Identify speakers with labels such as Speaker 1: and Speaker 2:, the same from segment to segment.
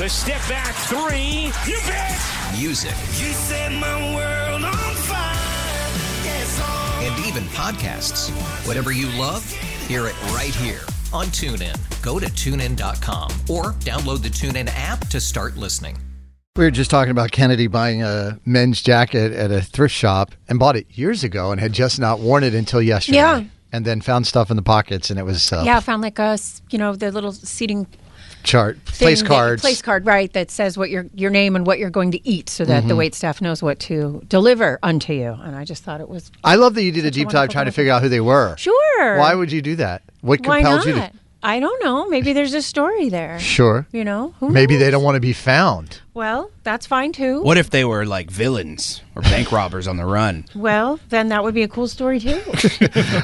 Speaker 1: The step back three. You bet.
Speaker 2: Music.
Speaker 3: You set my world on fire. Yes, oh,
Speaker 2: and even podcasts. Whatever you love, hear it right here on TuneIn. Go to tunein.com or download the TuneIn app to start listening.
Speaker 4: We were just talking about Kennedy buying a men's jacket at a thrift shop and bought it years ago and had just not worn it until yesterday.
Speaker 5: Yeah.
Speaker 4: And then found stuff in the pockets and it was uh,
Speaker 5: Yeah, I found like a s- you know the little seating
Speaker 4: chart,
Speaker 5: thing
Speaker 4: place
Speaker 5: that-
Speaker 4: cards.
Speaker 5: place card, right? That says what your your name and what you're going to eat, so
Speaker 4: Mm-hmm.
Speaker 5: that the wait staff knows what to deliver unto you. And I just thought it was
Speaker 4: I love that you did a deep dive
Speaker 5: wonderful
Speaker 4: trying to
Speaker 5: little-
Speaker 4: figure out who they were.
Speaker 5: sure.
Speaker 4: Why would you do that? What
Speaker 5: Why
Speaker 4: compelled
Speaker 5: not?
Speaker 4: you to?
Speaker 5: I don't know. Maybe there's a story there.
Speaker 4: Sure.
Speaker 5: You know, who
Speaker 4: Maybe
Speaker 5: knows?
Speaker 4: they don't want to be found.
Speaker 5: Well, that's fine too.
Speaker 6: What if they were like villains or bank robbers on the run?
Speaker 5: Well, then that would be a cool story too.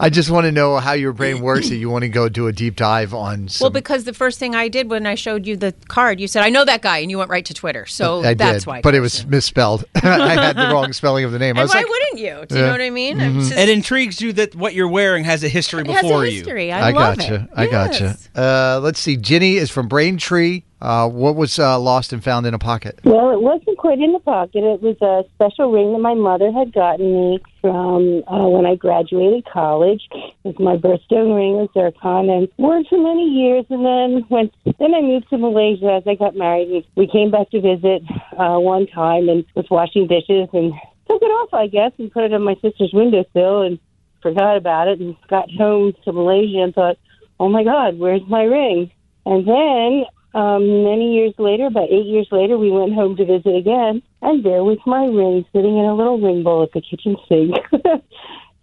Speaker 4: I just want to know how your brain works that you want to go do a deep dive on some.
Speaker 5: well, because the first thing I did when I showed you the card, you said, "I know that guy," and you went right to Twitter. So
Speaker 4: I
Speaker 5: that's
Speaker 4: did,
Speaker 5: why. I
Speaker 4: but it
Speaker 5: got
Speaker 4: was
Speaker 5: you.
Speaker 4: misspelled. I had the wrong spelling of the name. I
Speaker 5: And
Speaker 4: was
Speaker 5: why
Speaker 4: like, Mm-hmm.
Speaker 5: wouldn't you? Do you know what I mean? I'm just-
Speaker 6: It intrigues you that what you're wearing has a history
Speaker 5: It has
Speaker 6: before
Speaker 5: a
Speaker 6: you.
Speaker 5: history. I,
Speaker 4: I
Speaker 5: love
Speaker 4: gotcha.
Speaker 5: it.
Speaker 4: I gotcha.
Speaker 5: Yes.
Speaker 4: Uh, let's see. Ginny is from Braintree. Uh, what was uh, lost and found in a pocket?
Speaker 7: Well, it wasn't quite in the pocket. It was a special ring that my mother had gotten me from uh, when I graduated college. It was my birthstone ring of zircon, and wore it for many years. And then when then I moved to Malaysia as I got married, and we came back to visit uh, one time, and was washing dishes and took it off, I guess, and put it on my sister's windowsill, and forgot about it, and got home to Malaysia and thought, oh my God, where's my ring? And then um, many years later, about eight years later, we went home to visit again, and there was my ring sitting in a little ring bowl at the kitchen sink. so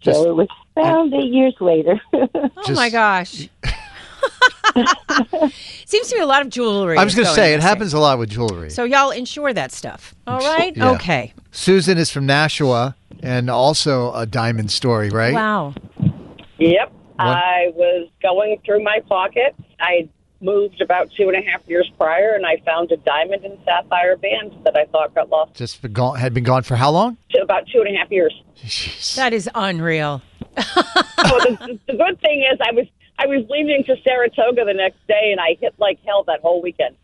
Speaker 4: Just-
Speaker 7: it was found eight years later.
Speaker 5: Oh
Speaker 4: Just-
Speaker 5: my gosh. Seems to be a lot of jewelry.
Speaker 4: I was
Speaker 5: going to
Speaker 4: say it happens a lot with jewelry.
Speaker 5: So y'all insure that stuff. All right.
Speaker 4: Yeah.
Speaker 5: Okay.
Speaker 4: Susan is from Nashua and also a diamond story, right?
Speaker 5: Wow.
Speaker 8: Yep.
Speaker 4: What-
Speaker 8: I was going through my pockets. I moved about two and a half years prior, and I found a diamond and sapphire band that I thought got lost
Speaker 4: Just been gone, had been gone for how long?
Speaker 8: to about two and a half years.
Speaker 4: Jeez.
Speaker 5: That is unreal.
Speaker 8: so the, the good thing is, I was I was leaving to Saratoga the next day, and I hit like hell that whole weekend.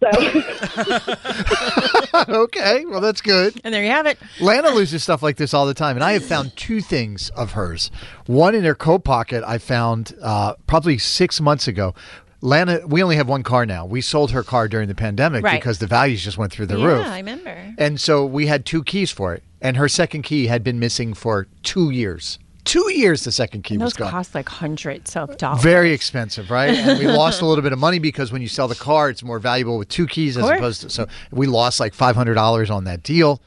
Speaker 8: So.
Speaker 4: okay, well that's good.
Speaker 5: And there you have it.
Speaker 4: Lana loses stuff like this all the time, and I have found two things of hers. One in her coat pocket I found uh, probably six months ago. Lana, we only have one car now. We sold her car during the pandemic
Speaker 5: Right.
Speaker 4: because the values just went through the
Speaker 5: yeah,
Speaker 4: roof.
Speaker 5: I remember.
Speaker 4: And so we had two keys for it, and her second key had been missing for two years. Two years, the second key was
Speaker 5: Those
Speaker 4: gone.
Speaker 5: cost like hundreds of dollars.
Speaker 4: Very expensive, right? And we lost a little bit of money because when you sell the car, it's more valuable with two keys as
Speaker 5: course.
Speaker 4: opposed to. So we lost like five hundred dollars on that deal,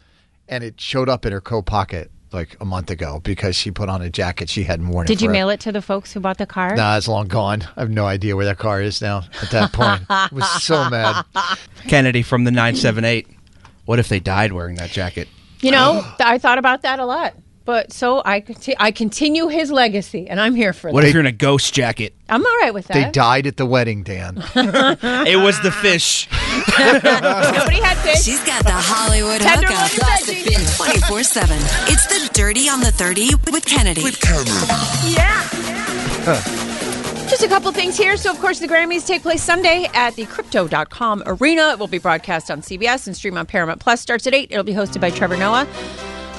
Speaker 4: and it showed up in her coat pocket like a month ago because she put on a jacket she hadn't worn.
Speaker 5: Did you mail it to the folks who bought the car?
Speaker 4: Nah, it's long gone. I have no idea where that car is now. At that point, I was so mad.
Speaker 6: Kennedy from the 978. What if they died wearing that jacket?
Speaker 5: You know, th- I thought about that a lot. But so I, conti- I continue his legacy, and I'm here for
Speaker 6: What
Speaker 5: that.
Speaker 6: if you're in a ghost jacket?
Speaker 5: I'm all right with
Speaker 4: They
Speaker 5: that.
Speaker 4: died at the wedding, Dan.
Speaker 6: It was the fish.
Speaker 5: Nobody had fish.
Speaker 9: She's got the Hollywood
Speaker 5: Tenderloin
Speaker 9: hookup.
Speaker 5: and veggies.
Speaker 9: Gossiping 24 7. It's the Dirty on the 30 with Kennedy.
Speaker 5: Just a couple things here. So, of course, the Grammys take place Sunday at the Crypto.com Arena. It will be broadcast on CBS and stream on Paramount Plus. Starts at 8. It'll be hosted by Trevor Noah.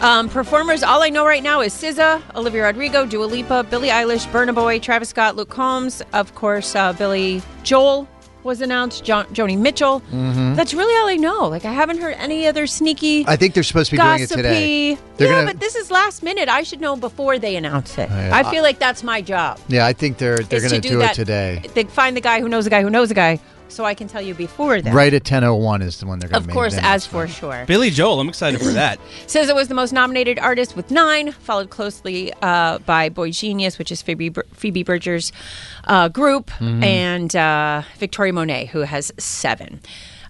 Speaker 5: Um, performers, all I know right now is SZA, Olivia Rodrigo, Dua Lipa, Billie Eilish, Burna Boy, Travis Scott, Luke Combs. Of course, uh, Billy Joel was announced, jo- Joni Mitchell. That's really all I know. Like, I haven't heard any other sneaky,
Speaker 4: I think they're supposed to be doing it
Speaker 5: gossipy.
Speaker 4: today. They're
Speaker 5: Yeah,
Speaker 4: gonna- Oh,
Speaker 5: but this is last minute. I should know before they announce it.
Speaker 4: Yeah.
Speaker 5: I feel like that's my job
Speaker 4: Yeah, I think they're they're
Speaker 5: is
Speaker 4: going to
Speaker 5: to
Speaker 4: do, it
Speaker 5: that-
Speaker 4: today.
Speaker 5: They find the guy who knows the guy who knows the guy so I can tell you before then.
Speaker 4: Right at 10:01 is the one they're going to
Speaker 5: Of
Speaker 4: make.
Speaker 5: course,
Speaker 4: that
Speaker 5: as
Speaker 4: announcement.
Speaker 5: for sure.
Speaker 6: Billy Joel, I'm excited for that.
Speaker 5: Says it was the most nominated artist with nine, followed closely uh, by Boy Genius, which is Phoebe, Bur- Phoebe Bridgers' uh, group,
Speaker 4: Mm-hmm.
Speaker 10: Mhm.
Speaker 5: and uh, Victoria Monet, who has seven.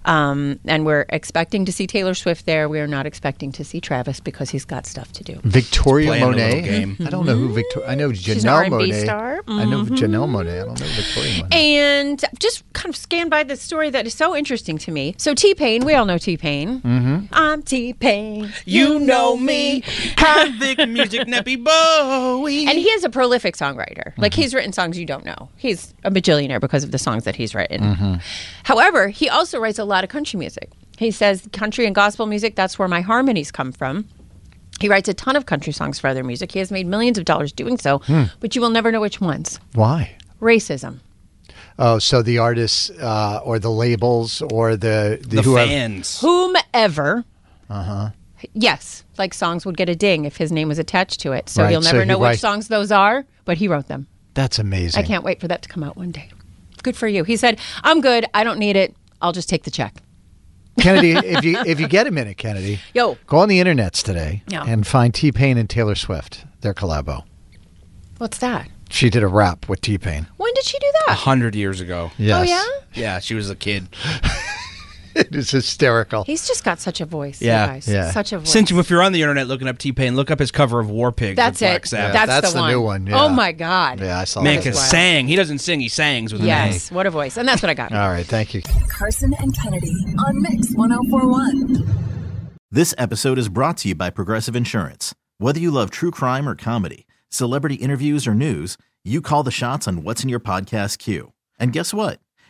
Speaker 5: Um, and we're expecting to see Taylor Swift there. We are not expecting to see Travis because he's got stuff to do.
Speaker 4: Victoria
Speaker 6: Playing a little
Speaker 4: Monet.
Speaker 6: game.
Speaker 4: I don't know who Victoria. I know Janelle
Speaker 5: Mm-hmm. She's an R&B
Speaker 4: Monet.
Speaker 5: star.
Speaker 4: I know
Speaker 5: Mhm.
Speaker 4: Janelle Monet. I don't know Victoria Monet.
Speaker 5: And just kind of scan by this story that is so interesting to me. So T Pain, we all know T Pain.
Speaker 4: Mm-hmm.
Speaker 5: I'm T Pain.
Speaker 6: You know me. Convict music nappy Bowie.
Speaker 5: And he is a prolific songwriter. Like he's written songs you don't know. He's a bajillionaire because of the songs that he's written. However, he also writes a lot of country music. He says country and gospel music, that's where my harmonies come from. He writes a ton of country songs for other music. He has made millions of dollars doing so,
Speaker 4: Hmm.
Speaker 5: but you will never know which ones.
Speaker 4: Why?
Speaker 5: Racism.
Speaker 4: Oh, so the artists uh, or the labels or the the,
Speaker 6: The
Speaker 4: whoever.
Speaker 6: fans.
Speaker 5: Whomever
Speaker 4: Uh huh.
Speaker 5: Yes, like songs would get a ding if his name was attached to it. So
Speaker 4: Right,
Speaker 5: you'll
Speaker 4: so
Speaker 5: never
Speaker 4: he
Speaker 5: know
Speaker 4: write-
Speaker 5: which songs those are, but he wrote them.
Speaker 4: That's amazing.
Speaker 5: I can't wait for that to come out one day. Good for you. He said, "I'm good. I don't need it. I'll just take the check."
Speaker 4: Kennedy, if you if you get a minute, Kennedy,
Speaker 5: Yo.
Speaker 4: go on the internets today
Speaker 5: Yeah.
Speaker 4: and find T Pain and Taylor Swift, their collabo.
Speaker 5: What's that?
Speaker 4: She did a rap with T Pain.
Speaker 5: When did she do
Speaker 6: A
Speaker 5: that?
Speaker 6: hundred years ago.
Speaker 4: Yes.
Speaker 5: Oh
Speaker 6: Yeah, she was a kid.
Speaker 4: yeah, it is hysterical.
Speaker 5: yeah. He's just got such a voice.
Speaker 6: Yeah.
Speaker 5: you guys. Such a voice.
Speaker 6: Since you- if you're on the internet looking up T Pain, look up his cover of War Pigs.
Speaker 5: that's
Speaker 6: with
Speaker 5: it.
Speaker 6: Black Sabbath.
Speaker 5: that's, the, one. Oh my God.
Speaker 4: Yeah, I saw
Speaker 6: Man
Speaker 4: that.
Speaker 6: can
Speaker 4: Wow.
Speaker 6: sang. He doesn't sing. He sangs with
Speaker 5: Yes. What a voice. And that's what I got.
Speaker 4: All right, thank you.
Speaker 9: Carson and Kennedy on Mix 1041.
Speaker 11: This episode is brought to you by Progressive Insurance. Whether you love true crime or comedy, celebrity interviews or news, you call the shots on what's in your podcast queue. And guess what?